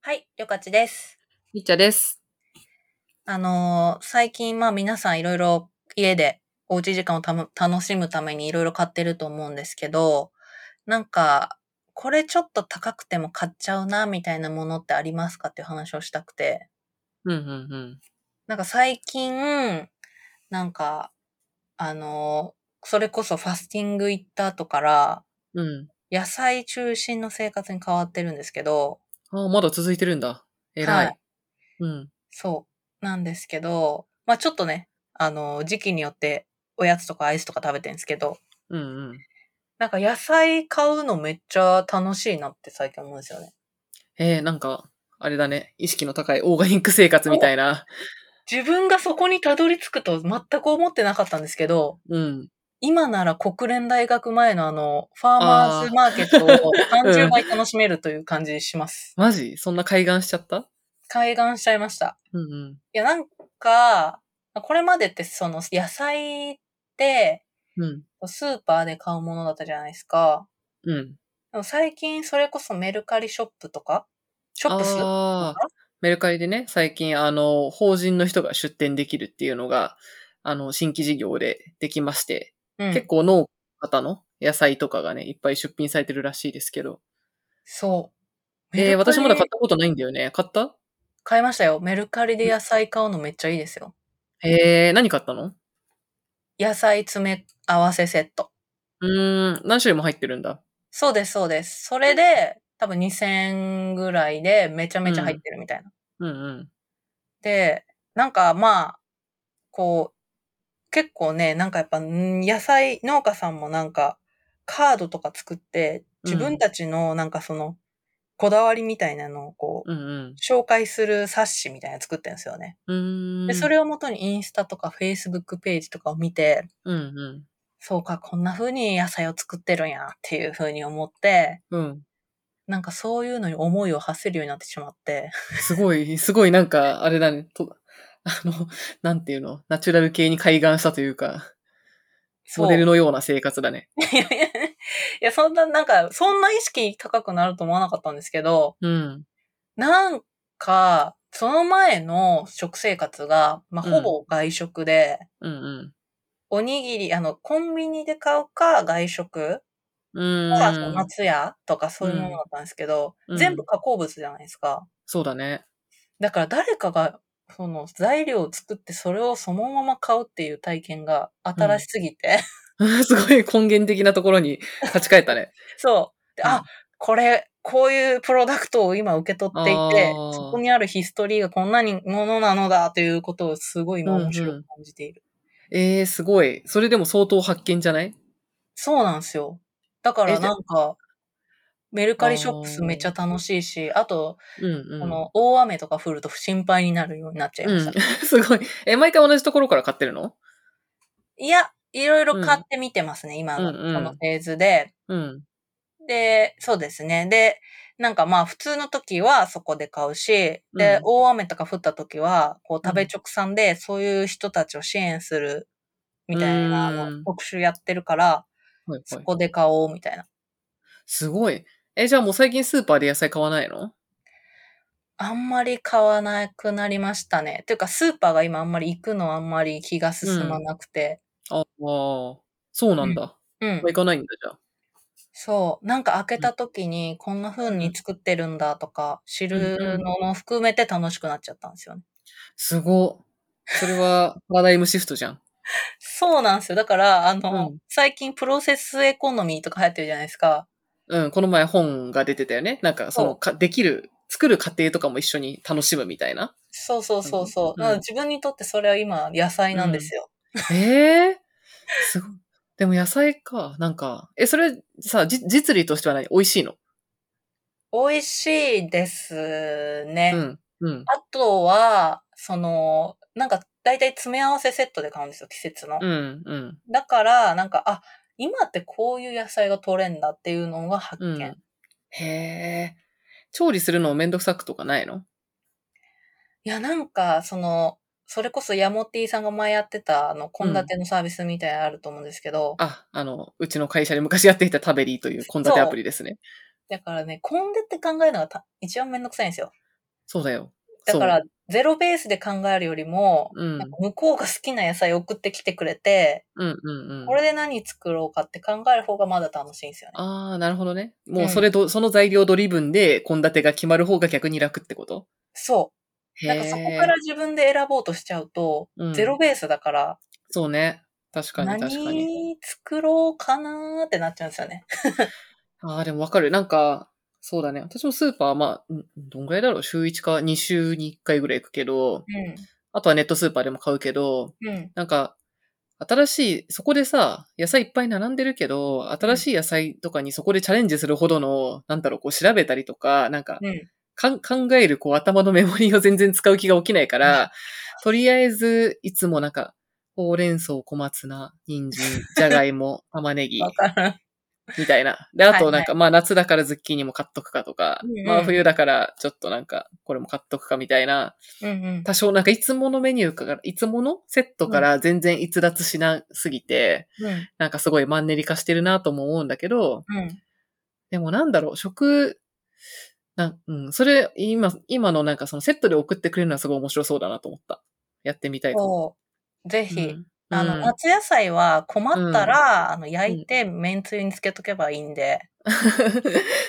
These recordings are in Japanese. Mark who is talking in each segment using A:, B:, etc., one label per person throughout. A: はい、りょかちです。
B: みっちゃです。
A: あのー最近、まあ皆さんいろいろ家でおうち時間をたむ楽しむためにいろいろ買ってると思うんですけど、なんか、これちょっと高くても買っちゃうな、みたいなものってありますかっていう話をしたくて。
B: うんうんうん。
A: なんか最近、なんか、あのーそれこそファスティング行った後から、
B: うん。
A: 野菜中心の生活に変わってるんですけど、
B: ああ、まだ続いてるんだ。えらい。
A: はい
B: うん。
A: そう。なんですけど、まあちょっとね、あの、時期によっておやつとかアイスとか食べてるんですけど、
B: うんうん。
A: なんか野菜買うのめっちゃ楽しいなって最近思うんですよね。
B: えー、なんか、あれだね。意識の高いオーガニック生活みたいな。
A: 自分がそこにたどり着くと全く思ってなかったんですけど、
B: うん。
A: 今なら国連大学前のあの、ファーマーズマーケットを
B: ーう
A: 30
B: ん
A: 倍楽しめるという感じします。
B: マジそんな開眼しちゃった
A: 開眼しちゃいました。
B: うんうん。
A: いや、なんか、これまでってその野菜って
B: うん。
A: スーパーで買うものだったじゃないですか。
B: うん。
A: でも最近それこそメルカリショップとかショップス
B: ああ、メルカリでね、最近、あの、法人の人が出店できるっていうのが、あの、新規事業でできまして、
A: うん
B: 結構農家の野菜とかがね、いっぱい出品されてるらしいですけど。
A: そう。
B: え
A: メル
B: ー、
A: カリ
B: 私まだ買ったことないんだよね。買った
A: 買いましたよ。メルカリで野菜買うのめっちゃいいですよ。
B: えー、何買ったの
A: 野菜詰め合わせセット。
B: うーん、何種類も入ってるんだ。
A: そうです、そうです。それで、多分2000円ぐらいでめちゃめちゃ入ってるみたいな。
B: うんうん。
A: で、なんかまあ、こう、結構ね、なんかやっぱん野菜、農家さんもなんかカードとか作って、自分たちのなんかその、こだわりみたいなのをこう、
B: うんうん。
A: 紹介する冊子みたいなの作ってるんですよね。
B: うーん。
A: で、それを元にインスタとかフェイスブックページとかを見て、
B: うんうん。
A: そうか、こんな風に野菜を作ってるんやっていう風に思って、
B: うん。
A: なんかそういうのに思いを馳せるようになってしまって、
B: すごい、すごいなんか、あれだね。と あの、なんていうのナチュラル系に開眼したというか、
A: そう
B: モデルのような生活だね。
A: いやいやいや、そんな、なんか、そんな意識高くなると思わなかったんですけど、
B: うん。
A: なんか、その前の食生活が、まあ、
B: うん
A: ほぼ外食で、
B: うんうん。
A: おにぎり、あの、コンビニで買うか外食
B: うーん。
A: まあその松屋とかそういうものだったんですけど、
B: うん
A: 全部加工物じゃないですか。
B: そうだね。
A: だから誰かが、その材料を作ってそれをそのまま買うっていう体験が新しすぎて。
B: すごい根源的なところに立ち返ったね。
A: そう。で
B: う
A: あ
B: ん、
A: これ、こういうプロダクトを今受け取っていて
B: あー、
A: そこにあるヒストリーがこんなにものなのだということをすごい今面白く感じている。
B: えー、すごい。それでも相当発見じゃない
A: そうなんですよ。だから
B: えじゃ
A: なんか、メルカリショップスめっちゃ楽しいし、あと、
B: うんうん。
A: この大雨とか降ると心配になるようになっちゃいま
B: う
A: した。
B: ん。 すごい。え、毎回同じところから買ってるの
A: いや、いろいろ買ってみてますね、今の
B: うんうん
A: このフェーズで。
B: うん。
A: で、そうですね。で、なんかまあ普通の時はそこで買うし、で、
B: うん
A: 大雨とか降った時は、こう食べ直さんでそういう人たちを支援するみたいな、あ
B: う
A: の
B: ん
A: 特集やってるから、
B: はい
A: そ
B: はい。
A: こで買おうみたいな。
B: すごい。え、じゃあもう最近スーパーで野菜買わないの
A: あんまり買わなくなりましたね。ていうかスーパーが今あんまり行くのあんまり気が進まなくて。
B: ああ、そうなんだ。
A: うん
B: まあ、行かないんだ、じゃあ。
A: そう。なんか開けた時にこんな風に作ってるんだとか知るのも含めて楽しくなっちゃったんですよね。
B: すご。それ は、パラダイムシフトじゃん。
A: そうなんですよ。だから、あの、
B: うん
A: 最近プロセスエコノミーとか流行ってるじゃないですか。
B: うん、この前本が出てたよね。なんか、そ
A: そ
B: の、かできる、作る過程とかも一緒に楽しむみたいな。
A: そうそうそうそう。
B: うん
A: だから自分にとってそれは今野菜なんですよ。
B: ええすごい。でも野菜か。なんか、え、それさ、じ実利としては何美味しいの
A: 美味しいですね。
B: うん。うん。
A: あとは、その、なんか大体詰め合わせセットで買うんですよ、季節の。
B: うん。うん。
A: だから、なんか、あ、今ってこういう野菜が取れんだっていうのが発
B: う
A: 見。
B: ん。へえ。調理するのめんどくさくとかないの
A: いや、なんか、その、それこそヤモティさんが前やってた、あの、献立のサービスみたいなのあると思うんですけど、
B: あ、あの、うちの会社で昔やっていたタベリーという献立アプリですね。
A: だからね、献立考えるのがた一番めんどくさいんですよ。
B: そうだよ。
A: だから
B: そ、
A: ゼロベースで考えるよりも、
B: う、うん
A: な、んか向こうが好きな野菜送ってきてくれて、
B: うん、うん、うん
A: こ。れで何作ろうかって考える方がまだ楽しいんですよね。
B: ああ、なるほどね。もうそれど、その材料ドリブンで献立が決まる方が逆に楽ってこと
A: そ
B: へ
A: う。
B: ー
A: なんかそこから自分で選ぼうとしちゃうと、
B: うん
A: ゼロベースだから、
B: そうね。確かに確かに。
A: 何作ろうかなーってなっちゃうんですよね。
B: ああ、でもわかる。なんか、そうだね。私もスーパー、まあ、んどんぐらいだろう週1か2週に1回ぐらい行くけど、あとはネットスーパーでも買うけど、
A: うん。うん。
B: なんか、新しい、そこでさ、野菜いっぱい並んでるけど、新しい野菜とかにそこでチャレンジするほどの、なんだろう、こう調べたりとか、なんか、
A: うん。
B: かん考えるこう頭のメモリーを全然使う気が起きないから、とりあえず、いつもなんか、ほうれん草、小松菜、人参、じゃがいも、玉ねぎ、
A: わかる。
B: みたいな。で、あとなんか、まあ夏だからズッキーニも買っとくかとか、
A: うんうん
B: まあ冬だからちょっとなんか、これも買っとくかみたいな、
A: うんうん。
B: 多少なんかいつものメニューから、いつものセットから全然逸脱しなすぎて、
A: うん。
B: なんかすごいマンネリ化してるなとも思うんだけど、
A: うん。
B: でもなんだろう、食、なんうん、それ、今、今のなんかそのセットで送ってくれるのはすごい面白そうだなと思った。やってみたいかも。
A: そう。ぜ
B: う
A: ひ。
B: ん
A: あ
B: う
A: の、
B: ん
A: 夏野菜は困ったら、あの、焼いて、麺つゆにつけとけばいいんで。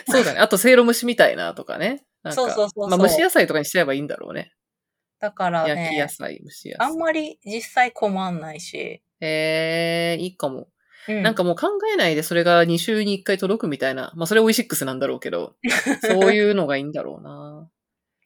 B: そうだね。あと、せいろ蒸しみたいなとかね。なんか
A: そうそうそうそう
B: まあ、蒸し野菜とかにしちゃえばいいんだろうね。
A: だから
B: 焼き野
A: ね、
B: 菜、蒸し野
A: あん
B: 菜。
A: まり実際困んないし。
B: ええー、いいかも。
A: うん
B: なんかもう考えないでそれが2週に1回届くみたいな。まあ、それオイシックスなんだろうけ ど。そういうのがいいんだろうな。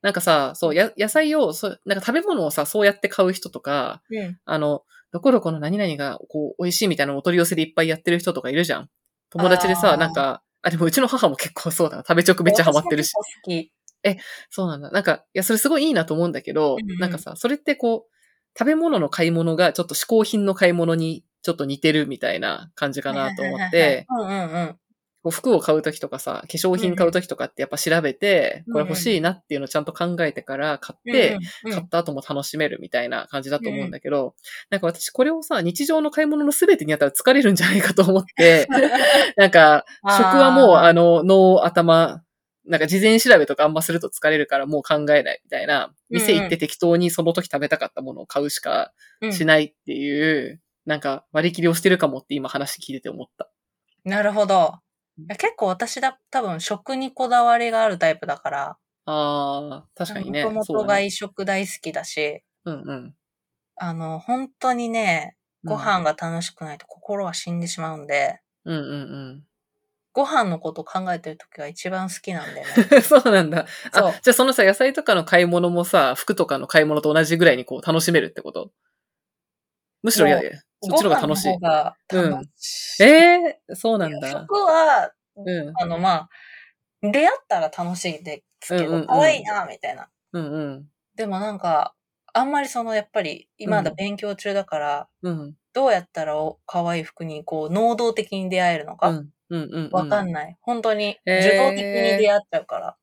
B: なんかさ、そう、や野菜をそう、なんか食べ物をさ、そうやって買う人とか、
A: うん。
B: あの、どこどこの何々が、こう、美味しいみたいなのをお取り寄せでいっぱいやってる人とかいるじゃん。友達で
A: あ
B: さ、
A: ー
B: なんか、あ、でもうちの母も結構そうだな。食べチョクめっちゃハマってるし
A: 私。も結構好き。
B: そうなんだ。なんか、いや、それすごいいいなと思うんだけ
A: う
B: ど、
A: んうん
B: なんかさ、それってこう、食べ物の買い物がちょっと嗜好品の買い物にちょっと似てるみたいな感じかなと思
A: はい
B: っ
A: はいはい
B: て、
A: はい。うんうんうん。
B: こう服を買うときとかさ、化粧品買うときとかってやっぱ調べて、
A: うん
B: これ欲しいなっていうのをちゃんと考えてから買って、買った後も楽しめるみたいな感じだと思うんだけど、なんか私これをさ、日常の買い物の全てにあったら疲れるんじゃないかと 思って、なんか、
A: あー
B: 食はもう、あの、脳、頭、なんか事前調べとかあんますると疲れるからもう考えないみたいな、
A: うん
B: 店行って適当にその時食べたかったものを買うしか
A: うん
B: しないっていう、なんか割り切りをしてるかもって今話聞いてて思った。
A: なるほど。いや結構私だ、多分食にこだわりがあるタイプだから、
B: ああ、確かにね。
A: もと
B: そ
A: も
B: う
A: と
B: だね
A: 外食大好きだし、
B: うんうん。
A: あの、本当にね、ご
B: う
A: 飯
B: ん。
A: が楽しくないと心は死んでしまうんで、
B: うんうん
A: ご飯のことを考えてる時が一番好きなんでね。
B: うん。そうなんだ。
A: そ
B: あ
A: う、
B: じゃあそのさ、野菜とかの買い物もさ、服とかの買い物と同じぐらいにこう楽しめるってことむしろいやいや、 そっちの方が楽しい
A: ご飯。の方が
B: うん
A: 楽しい。
B: ええそうなんだ。
A: 食は、
B: うん。
A: あの、まあ、出会ったら楽しいんですけ
B: うんうんう
A: ど、
B: ん
A: 可愛いな、みたいな。
B: うんうん。
A: でもなんか、あんまりその、やっぱり、今まだ
B: うん
A: 勉強中だから、
B: うん。
A: どうやったらお可愛い服に、こう、能動的に出会えるの
B: う
A: か、
B: ん。うんうんうん。
A: わかんない。本当に、
B: えー
A: 受動的に出会っちゃうから。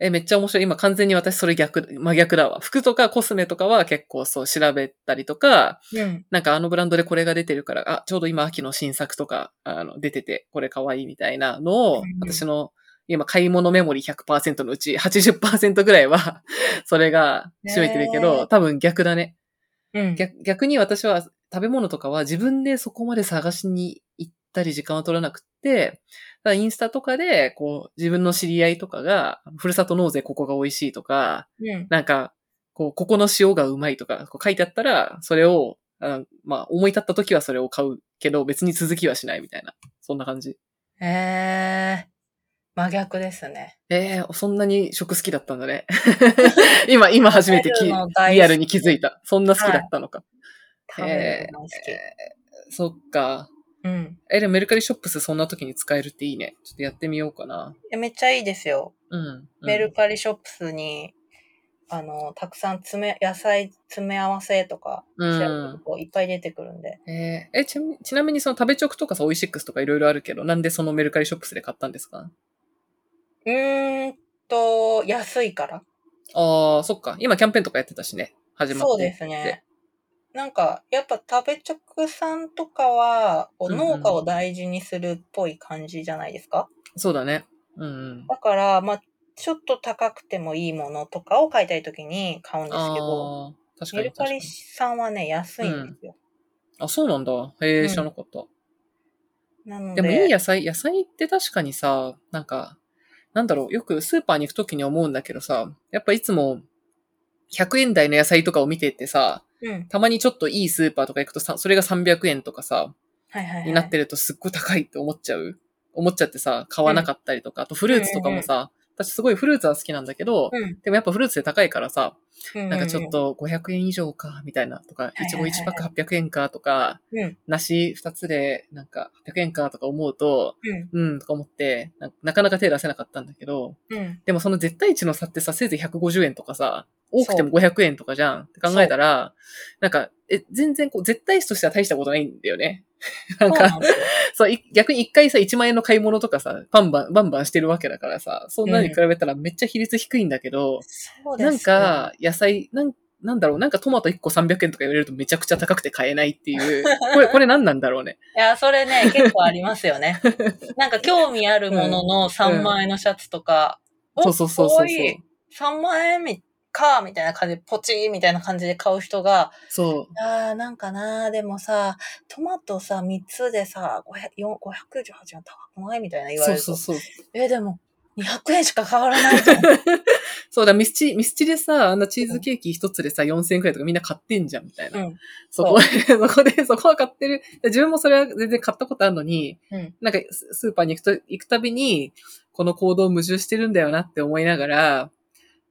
B: え、めっちゃ面白い。今完全に私それ逆、真逆だわ。服とかコスメとかは結構そう調べたりとか、
A: うん。
B: なんかあのブランドでこれが出てるから、あ、ちょうど今秋の新作とか、あの、出てて、これ可愛いみたいなのを
A: うん、うん
B: 私の今買い物メモリー100%のうち80%ぐらいは、 それが占めてるけ
A: ね
B: ど、
A: ー
B: 多分逆だね。
A: うん。
B: 逆逆に私は食べ物とかは自分でそこまで探しに行ったり時間を取らなくって、ただインスタとかで、こう、自分の知り合いとかが、ふるさと納税ここが美味しいとか、
A: うん。
B: なんか、こう、ここの塩がうまいとか、こう書いてあったら、それを、あのまあ、思い立った時はそれを買うけど、別に続きはしないみたいな。そんな感じ。
A: えー、真逆ですね。
B: ええそんなに食好きだったんだね。 今、今初めてき
A: 食べるの大好き
B: リアルに気づいた。そんな好きだったのか。
A: 食べるの大好き。
B: えーそっか。
A: うん。
B: え、でもメルカリショップスそんな時に使えるっていいね。ちょっとやってみようかな。
A: えめっちゃいいですよ。
B: うん。うん
A: メルカリショップスに、あの、たくさん詰め、野菜詰め合わせとか、
B: うん
A: 調べるとこいっぱい出てくるんで。
B: えーえちなみに、ちなみにその食べチョクとかさ、オイシックスとかいろいろあるけど、なんでそのメルカリショップスで買ったんですか
A: うーんと、安いから。
B: ああ、そっか。今キャンペーンとかやってたしね。始まって。
A: そうですね。なんか、やっぱ食べチョクさんとかは、こう
B: うんうん
A: 農家を大事にするっぽい感じじゃないですか、
B: そうだね。うんうん。
A: だから、まあ、ちょっと高くてもいいものとかを買いたいときに買うんですけど、
B: あー確か
A: メ
B: に
A: ル
B: 確
A: カ
B: か
A: リ
B: に。
A: さんはね、安いんですよ。
B: あ、そうなんだ。へ
A: う
B: え、
A: ん
B: 知らなかった。
A: なの
B: で
A: で、
B: もいい野菜、野菜って確かにさ、なんか、なんだろう、よくスーパーに行くときに思うんだけどさ、やっぱいつも、100円台の野菜とかを見ててさ、
A: うん。
B: たまにちょっといいスーパーとか行くとさ、それが300円とかさ、
A: はいはい、はい。
B: になってるとすっごい高いって思っちゃう。思っちゃってさ、買わなかったりとか、あとフルーツとかもさ、私すごいフルーツは好きなんだけど、
A: うん
B: でもやっぱフルーツで高いからさ、
A: うん。
B: なんかちょっと500円以上か、みたいな、とか、
A: いはい
B: いち
A: はい
B: ご1パック800円か、とか、
A: うん
B: 梨2つで、なんか800円か、とか思うと、
A: うん。
B: うん、とか思ってな、なかなか手出せなかったんだけど、
A: うん。
B: でもその絶対値の差ってさ、せいぜい150円とかさ、多くても500円とかじゃんって考えたら、なんか、え、全然こう、絶対値としては大したことないんだよね。 なん
A: そうな
B: か
A: ん、ですよ
B: そう、い逆に一回さ、1万円の買い物とかさ、バンバン、バンバンしてるわけだからさ、そんなに比べたらめっちゃ比率低いんだけど、
A: そうですよ
B: なん、か、野菜、なん、なんだろう、なんかトマト1個300円とか言われるとめちゃくちゃ高くて買えないっていう。これ、これ何なんだろうね。
A: いや、それね、結構ありますよね。 なんか興味あるものの3万円のシャツとか、 お
B: そうそうそう
A: か
B: そ
A: わ
B: う
A: いい。3万円みか、みたいな感じで、ポチーみたいな感じで買う人が、
B: そう。そう。
A: あーなんかなでもさ、トマトさ、3つでさ、500 4 598円高くないみたいな言われ
B: そう
A: ると。
B: そうそう。
A: え、でも、200円しか変わらないと思う。
B: そうだ、ミスチ、ミスチでさ、あんなチーズケーキ一つでさ、4000円くらいとかみんな買ってんじゃん、みたいな。
A: うん
B: そこ、 そこで、そこは買ってる。自分もそれは全然買ったことあるのに、
A: うん
B: なんかススーパーに行くと、行くたびに、この行動矛盾してるんだよなって思いながら、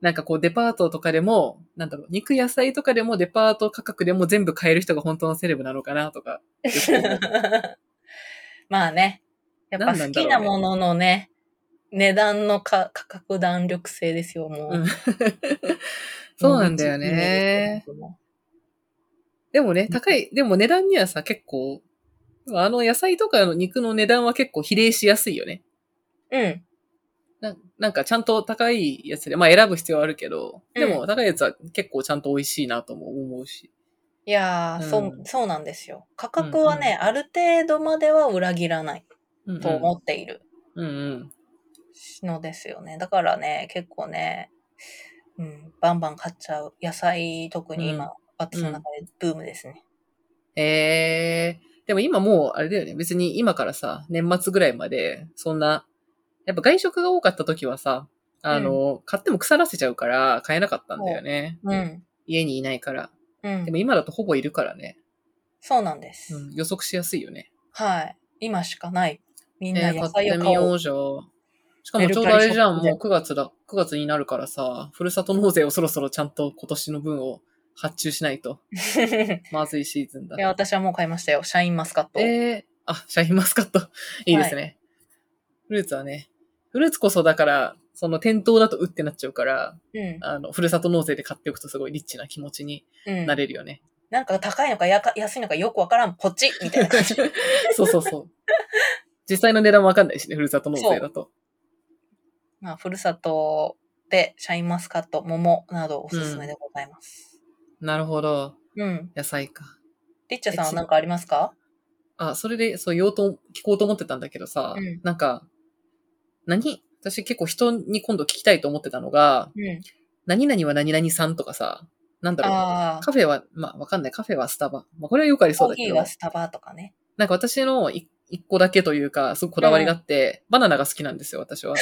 B: なんかこうデパートとかでも、なんだろう、肉野菜とかでもデパート価格でも全部買える人が本当のセレブなのかなとか。よく思う
A: まあね。やっぱ
B: 何な
A: 好
B: んだ
A: き
B: ろうね
A: なもののね、値段のか価格弾力性ですよ、もう。
B: うん そうなんだよね。でもね、高い、でも値段にはさ、結構、あの野菜とかの肉の値段は結構比例しやすいよね。
A: うん。
B: ななんかちゃんと高いやつで、まあ選ぶ必要はあるけど、
A: うん
B: でも高いやつは結構ちゃんと美味しいなとも思うし。
A: いやー、そう
B: う、ん
A: そうなんですよ。価格はね、ある程度までは裏切らない
B: うんうん
A: と思っている。
B: うんうん。
A: のですよね。だからね、結構ね、うん、バンバン買っちゃう。野菜、特に今、
B: うん
A: 私の中でブームですね。
B: えー、でも今もうあれだよね、別に今からさ、年末ぐらいまで、そんな、やっぱ外食が多かった時はさ、あの、買っても腐らせちゃうから買えなかったんだよね。
A: うん。
B: 家にいないから。
A: うん
B: で。も今だとほぼいるからね。
A: そうなんです。
B: うん、予測しやすいよね。
A: はい。今しかない。みんな
B: ね
A: 野菜
B: 買って
A: を
B: み
A: 買お
B: よ
A: う。
B: うじゃん。しかもちょうどあれじゃん、
A: メル
B: もう9月だ、9月になるからさ、ふるさと納税をそろそろちゃんと今年の分を発注しないと、
A: い
B: まずいシーズンだ。
A: や、私はもう 買いましたよ。シャインマスカット。
B: えー、あ、シャインマスカット。いいですね、フルーツはね、フルーツこそだから、その店頭だとうってなっちゃうから、
A: うん
B: あの、ふるさと納税で買っておくとすごいリッチな気持ちに
A: うん。
B: なれるよね。
A: なんか高いのかやか安いのかよくわからん。ポチみ たいな感じ。
B: そうそうそう。実際の値段もわかんないしね、ふるさと納税だと。
A: まあ、ふるさとで、シャインマスカット、桃などおすすめでございます。
B: なるほど。
A: うん。
B: 野菜か。
A: リッチャさんは何かありますか
B: あ、それで、そう、言おうと、聞こうと思ってたんだけどさ、
A: うん
B: なんか、何私結構人に今度聞きたいと思ってたのが、
A: うん。
B: 何々は何々さんとかさ、なんだ
A: あ
B: ろう。
A: あ。
B: カフェは、まあ、わかんない。カフェはスタバ。まあ、これはよくあり
A: コ
B: そう
A: ー
B: だけ
A: ヒー
B: ど、
A: はスタバとかね。
B: なんか私のい一個だけというか、すごくこだわりがあって、バナナが好きなんですよ、私は。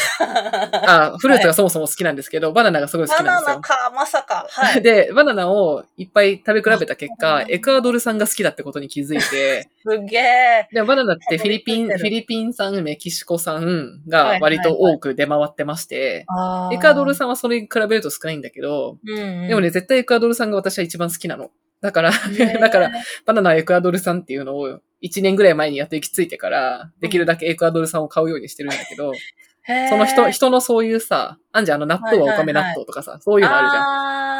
A: バ
B: あ、フルーツがそもそも好きなんですけど、バナナがすごい好きなん
A: ナ
B: です
A: ナ
B: よ。
A: か、まさ か。はい。
B: で、バナナをいっぱい食べ比べた結
A: あ
B: 果、エクアドル産が好きだってことに気づいて、
A: すげえ。
B: でもバナナってフィリピン、
A: か
B: フ
A: ぶりついてる
B: ィリピン産、メキシコ産が割と多く出回ってまして、
A: あ
B: エクアドル
A: さ
B: 産はそれに比べると少ないんだけど、
A: ん。うん、
B: でもね、絶対エクアドル産が私は一番好きなの。だから、
A: ねえ
B: だから、。バナナはエクアドル産っていうのを1年ぐらい前にやっと行き着いてから、できるだけエクアドル産を買うようにしてるんだけど、
A: へえ
B: その人、人のそういうさ、あんじゃんあの納豆はおかめ納豆とかさ、そういうのあるじゃん。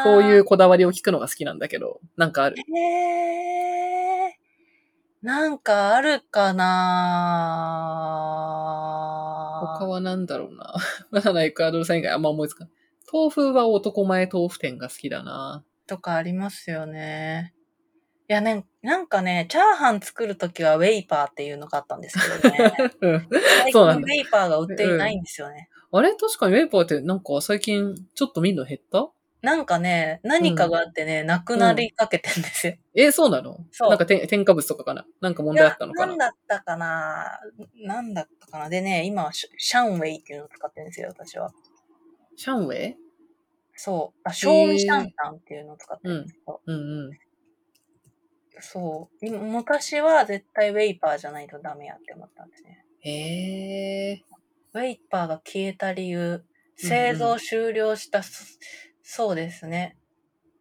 A: あー
B: そういう。こだわりを聞くのが好きなんだけど、なんかある。
A: へえ。なんかあるかな
B: 他は何だろうな。 バナナエクアドル産以外あんま思いつかない。豆腐は男前豆腐店が好きだな。
A: とかありますよね。いやね、なんかね、チャーハン作るときはウ ェイパーっていうのがあったんですけどね。
B: うん
A: 最
B: そうな
A: 近
B: ん
A: ウ
B: だ
A: ェイパーが売っていないんですよね。
B: あれ確かにウェーパーってなんか最近ちょっと見るの減った
A: なんかね、何かがあってね、なくなりかけてんですよ。
B: え、そうなの
A: そう
B: なんかて添加物とかかななんか問
A: い
B: 題あ
A: や
B: ったのかな
A: なんだったかななんだったかなでね、今はシャシャンウェイっていうのを使ってるんですよ、私は。
B: シャンウェイ
A: そう。あ、賞味シャンタンっていうのを使ってるんですけど、
B: うんうん。
A: そう。今昔は絶対ウェイパーじゃないとダメやって思ったんですね。
B: へえ。
A: ウェイパーが消えた理由、製造終了したそ、そうですね。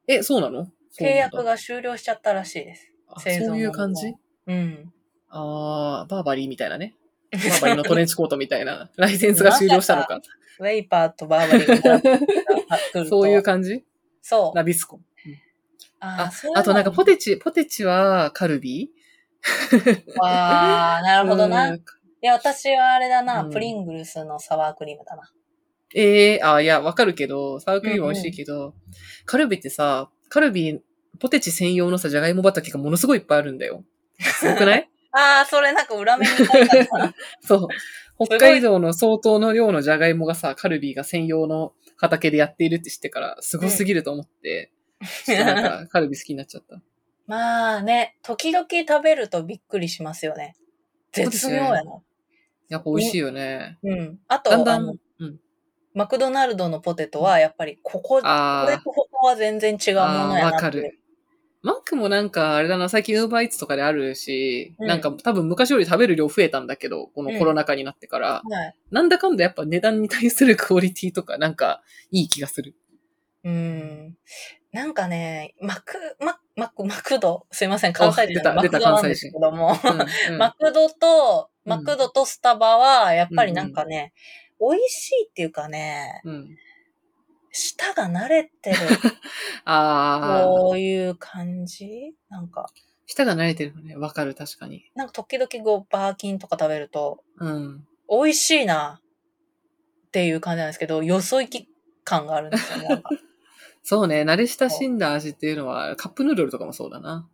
B: え、そうなの
A: 契約が終了しちゃったらしいです。
B: そうなんだあそういう感
A: 製
B: じ
A: 造うん。
B: ああ、バーバリーみたいなね。バーバリーのトレンチコートみたいな。 ライセンスが終了したのか。
A: ウェイパーとバーバリーが来ると
B: そういう感じ
A: そう。
B: ナビスコ。
A: あ
B: あ
A: そういう、の
B: あとなんかポテチ、ポテチはカルビ
A: わあ、なるほどな。
B: う
A: い
B: ん
A: や、私はあれだな、
B: うん
A: プリングルスのサワークリームだな。
B: ええあ、いや、わかるけど、サワークリームは美味しいけど、カルビってさ、カルビ、ポテチ専用のさ、じゃがいも畑がものすごいいっぱいあるんだよ。すごくない
A: ああ、それなんか裏目に書いてあったな。
B: そう。北海道の相当の量のじゃがいもがさ、カルビが専用の畑でやっているって知ってから、すごすぎると思って、ちょっとなんか、カルビ好きになっちゃった。
A: まあね、時々食べるとびっくりしますよね。絶妙やな。
B: やっぱ美味しい よね。
A: うん。あと、
B: だんだ
A: あ
B: ん
A: の、
B: うん。
A: マクドナルドのポテトは、やっぱりここ、こ
B: あ
A: れ
B: あ
A: と、ここは全然違うものやなって。
B: あーわかるマックもなんか、あれだな、最近ウーバーイーツとかであるし、
A: うん
B: なんか多分昔より食べる量増えたんだけど、このコロナ禍になってか
A: は
B: ら。
A: い。
B: なんだかんだやっぱ値段に対するクオリティとかなんかいい気がする。
A: うん。なんかね、マク、ママク、マクド、すいません、関西人な
B: あ
A: の
B: 出
A: マク
B: た出
A: ドな
B: た
A: んですけど も。
B: うんうん
A: マクドと、
B: うん
A: マクドとスタバは、やっぱりなんかね、美味しいっていうかね、
B: うん
A: 舌が慣れてる、
B: ああ、
A: こういう感じなんか、
B: 舌が慣れてるのね。わかる、確かに。
A: なんか時々こう、バーキンとか食べると、
B: うん。
A: 美味しいな、っていう感じなんですけど、よそ行き感があるんですよね。なん か
B: そうね、慣れ親しんだ味っていうのは、カップヌードルとかもそうだな。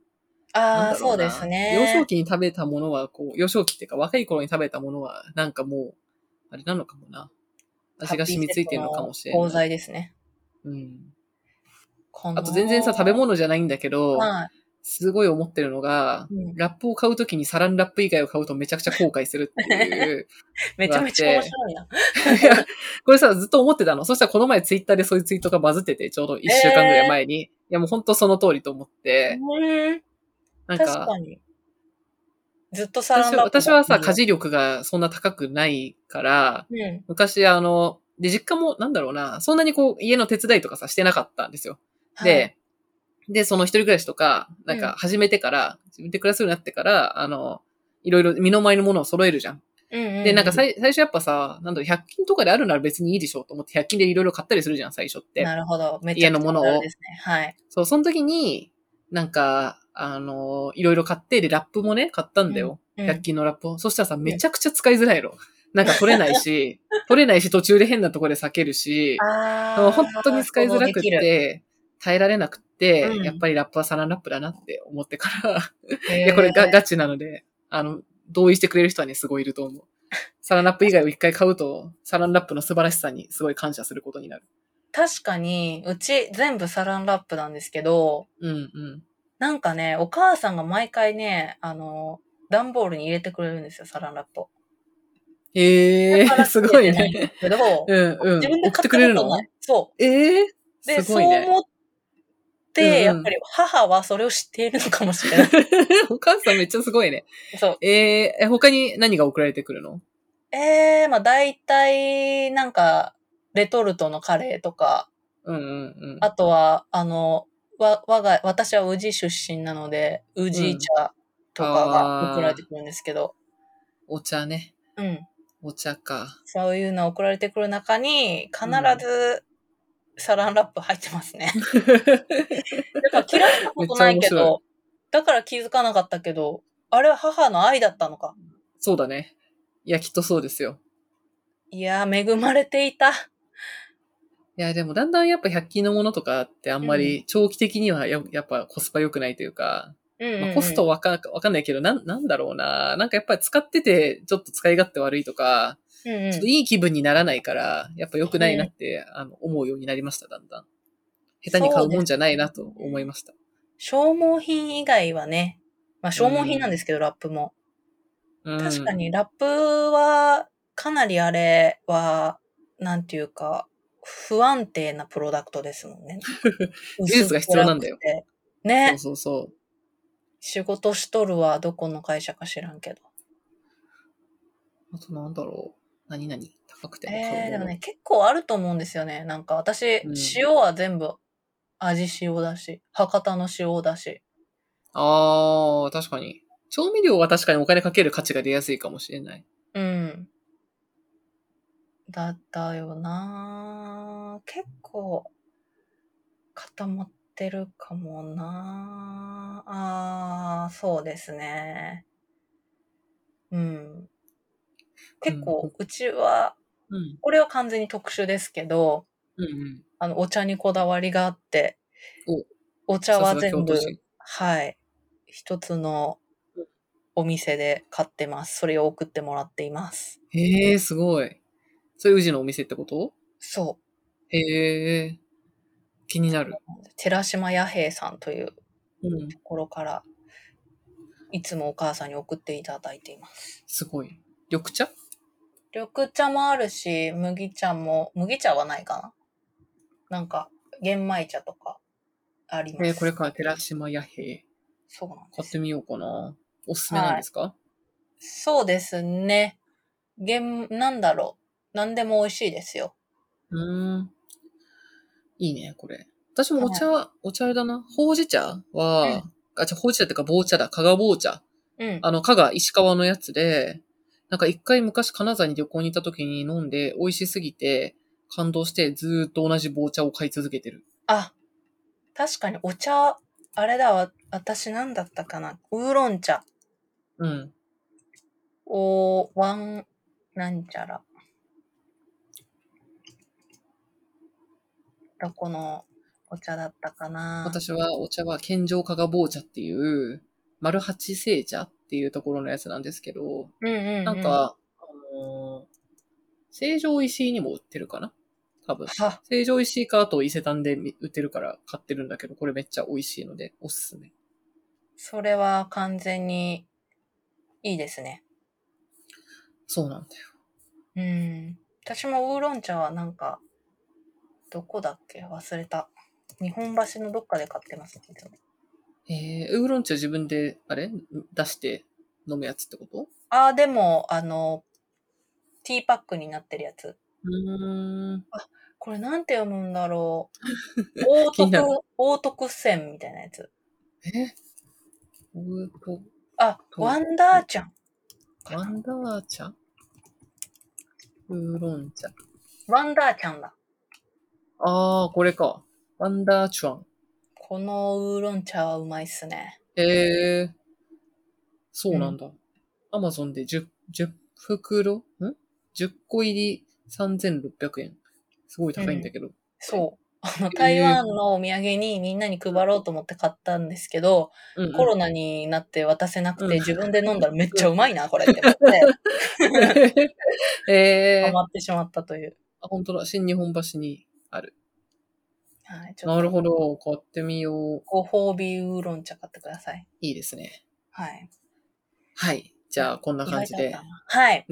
A: あ
B: な
A: あ、
B: んだろ
A: そう
B: な
A: ですね。
B: 幼少期に食べたものは、こう、幼少期っていうか若い頃に食べたものは、なんかもう、あれなのかもな。味が染みついてるのかもしれ
A: 鋼
B: ない。
A: 材ですね。
B: うん。
A: この
B: あと全然さ、食べ物じゃないんだけど、
A: はい。
B: すごい思ってるのが、
A: うん
B: ラップを買うときにサランラップ以外を買うとめちゃくちゃ後悔するって いう。
A: めちゃめちゃ面白いな。
B: いやこれさ、ずっと思ってたの。そしたらこの前ツイッターでそういうツイートがバズってて、ちょうど1週間ぐらい前に。いやもう本当その通りと思って。
A: うん
B: なん
A: 確
B: か、
A: かに。ずっとサラ
B: 私
A: ンラ
B: は
A: ップだ
B: 私はさ、家事力がそんな高くないから、
A: うん。
B: 昔あの、で、実家もなんだろうな、そんなにこう家の手伝いとかさ、してなかったんですよ。
A: はい
B: で、で、その一人暮らしとか、なんか始めてから、自分で暮らすようになってから、あの、いろいろ身の回りのものを揃えるじゃん。
A: うんう
B: で、なんか最最初やっぱさ、なんだろう、100均とかであるなら別にいいでしょうと思って、100均でいろいろ買ったりするじゃん、最初って。
A: なるほど。めちゃくちゃ
B: 家のものを
A: あれですね。はい。
B: そう、その時に、なんか、あの、いろいろ買って、で、ラップもね、買ったんだよ。
A: うん
B: 100均のラップを。そしたらさ、めちゃくちゃ使いづらいの。なんか取れないし、取れないし、途中で変なところで避ける し、
A: あ
B: も
A: あ。
B: う本当に使いづらく
A: 想像できる
B: て、耐えられなくって、
A: うん
B: やっぱりラップはサランラップだなって思ってから、
A: へー
B: いや、これがガチなので、あの、同意してくれる人はね、すごいいると思う。サランラップ以外を一回買うと、サランラップの素晴らしさにすごい感謝することになる。
A: 確かに、うち全部サランラップなんですけど、
B: うんうん。
A: なんかね、お母さんが毎回ね、あの、段ボールに入れてくれるんですよ、サランラップを。
B: へえ
A: だか
B: ー、
A: ら
B: すご
A: つけて
B: い
A: な
B: ね。
A: だけど、
B: うんうん。
A: 自分で
B: 送っ
A: 買
B: て
A: っ
B: くれ
A: た
B: る
A: こと
B: の
A: ない。そう。
B: ええー、
A: で、
B: すごい
A: そう
B: ね。
A: 思っ
B: うんうん
A: て、やっぱり母はそれを知っているのかもし れない。
B: お母さんめっちゃすごいね。
A: そう。
B: えーえ、他に何が送られてくるの
A: ええまあ大体、なんか、レトルトのカレーとか、
B: うんうんうん。
A: あとは、あの、わ、我が、私は宇治出身なので、宇治茶とか
B: あー
A: が送られてくるんですけど、
B: お茶ね。
A: うん。
B: お茶か。
A: そういうの送られてくる中に、必ず、サランラップ入ってます ね。だから嫌いなことないけ
B: めっちゃ面
A: ど、だから気づかなかったけど、あれは母の愛だったのか。
B: そうだね。いや、きっとそうですよ。
A: いやー、恵まれていた。
B: いや、でもだんだんやっぱ100均のものとかってあんまり長期的にはややっぱコスパ良くないというか、
A: うんうんうん
B: まあ、コストわかわかんないけど、なん、なんだろうな。なんかやっぱり使っててちょっと使い勝手悪いと
A: うんうん
B: か、ちょっといい気分にならないから、やっぱ良くないなって、あの、思うようになりました、だんだん。下手に買うもんじゃないなと思いました。
A: 消耗品以外はね、まあ消耗品なんですけど、ラップも。
B: うん
A: 確か。にラップは、かなりあれは、なんていうか、不安定なプロダクトですもんね。
B: 技術が必要なんだよ
A: 薄っぺらくて。
B: そう
A: ね。
B: そうそう。
A: 仕事しとるはどこの会社か知らんけど。
B: あとなんだろう。何々高くても買うもの
A: えー、でもね、結構あると思うんですよね。なんか私、
B: うん
A: 塩は全部味塩だし、博多の塩だし。
B: ああ、確かに。調味料は確かにお金かける価値が出やすいかもしれない。
A: うん。だったよなぁ結構固まってるかもなぁああ、そうですね。うん。結構、うちは、
B: うん。
A: これは完全に特殊ですけど、
B: うんうん。
A: あの、お茶にこだわりがあって、お茶は
B: さすが京
A: 全部
B: 都、人
A: はい、一つのお店で買ってます。それを送ってもらっています。
B: へえ、すごい。それ宇治のお店ってこと
A: そ
B: へえ。気になる。
A: う。寺島弥平さんという
B: うん。
A: ところから、いつもお母さんに送っていただいています。
B: すごい。緑茶
A: 緑茶もあるし、麦茶も、麦茶はないかななんか、玄米茶とかあります。
B: えー、これから寺島弥平。
A: そうなんです
B: 買ってみようかな。おすすめなんですか、
A: そうですね。げん、なんだろう。なんでも美味しいですよ。
B: うーん。いいね、これ。私もお茶、お茶あれだな。ほうじ茶は、あ、じゃほうじ茶っていうか、棒茶だ。加賀棒茶。
A: うん。
B: あの、加賀、石川のやつで、なんか一回昔金沢に旅行に行った時に飲んで、美味しすぎて、感動してずーっと同じ棒茶を買い続けてる。
A: あ、確かにお茶、あれだわ、私なんだったかな。ウーロン茶。
B: うん。
A: おー、ワン、なんちゃら。どこのお茶だったかな。
B: 私はお茶は、健常加賀棒茶っていう、丸八製茶っていうところのやつなんですけど、
A: うんうんうん、
B: なん、か、あのー成城石井にも売ってるかな多分。
A: は、
B: 成城石井か、あと伊勢丹でみ売ってるから買ってるんだけど、これめっちゃ美味しいので、おすすめ。
A: それは完全にいいですね。
B: そうなんだよ。
A: うん。私もウーロン茶はなんか、どこだっけ忘れた。日本橋のどっかで買ってます、いつも
B: えー、ウーロン茶自分で、あれ出して飲むやつってこと
A: ああ、でも、あの、ティーパックになってるやつ。
B: うーん。
A: これなんて読むんだろう。 大
B: 気になる
A: 徳、大徳線みたいなやつ。
B: えウーロ
A: あ、
B: と
A: ワンダーちゃん。
B: ン、ワンダー茶ウーロン茶。
A: ワンダーちゃんだ。
B: あー、これか。ワンダーチュアン。
A: このウーロン茶はうまいっすね。
B: へえー。そうなんだ。アマゾンで10、10袋ん ?10 個入り3600円。すごい高いんだけど。
A: そう。あの、台湾のお土産にみんなに配ろうと思って買ったんですけど、
B: うんうん
A: コロナになって渡せなくて、
B: うん
A: 自分で飲んだらめっちゃうまいな、これって思って、
B: え
A: ハ
B: ー、
A: マってしまったという。
B: あ本当だ。新日本橋にある。
A: はい、ちょ
B: な
A: っ
B: る
A: と
B: ほど。買ってみよう。
A: ご褒美ウーロン茶買ってください。
B: いいですね。
A: はい。
B: はい。じゃあ、こんな感じ
A: 意外
B: で
A: だっ。たなはい。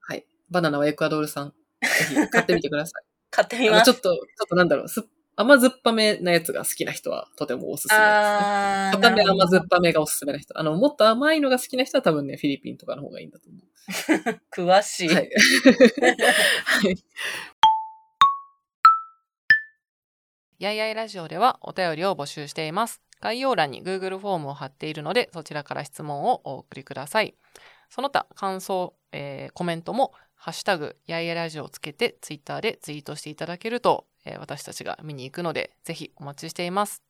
B: はい。バナナはエクアドル産。ぜひ買ってみてくだ さい。
A: 買ってみ
B: あの
A: ま
B: ち
A: す。
B: ょっと、ちょっとなんだろう。す甘酸っぱめなやつが好きな人はとてもおすすめです、ね。
A: あー
B: 固め
A: なるほ
B: 甘酸っぱめがおすすめな人。あの、もっと甘いのが好きな人は多分ね、フィリピンとかの方がいいんだと思う。
A: ど詳しい。
B: はい。はい
C: やいやいラジオではお便りを募集しています。概要欄に Google フォームを貼っているので、そちらから質問をお送りください。その他、感想、えーコメントも、ハッシュタグ、やいやいラジオをつけて、Twitter でツイートしていただけると、えー私たちが見に行くので、ぜひお待ちしています。